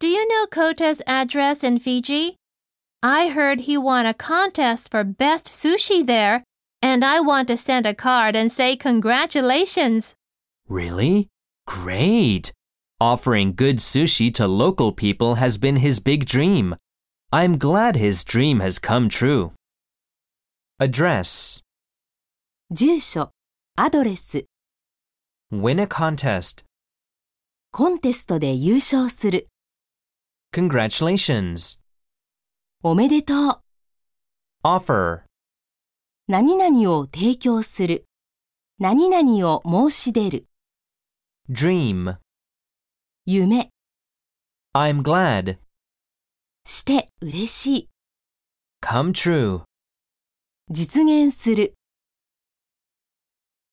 Do you know Kota's address in Fiji? I heard he won a contest for best sushi there, and I want to send a card and say congratulations. Really? Great! Offering good sushi to local people has been his big dream. I'm glad his dream has come true. Address 住所、アドレス、 Win a contest. コンテストで優勝する。 Congratulations. おめでとう。 Offer 何々を提供する。何々を申し出る。 Dream 夢、 I'm glad. して嬉しい。 Come true. 実現する。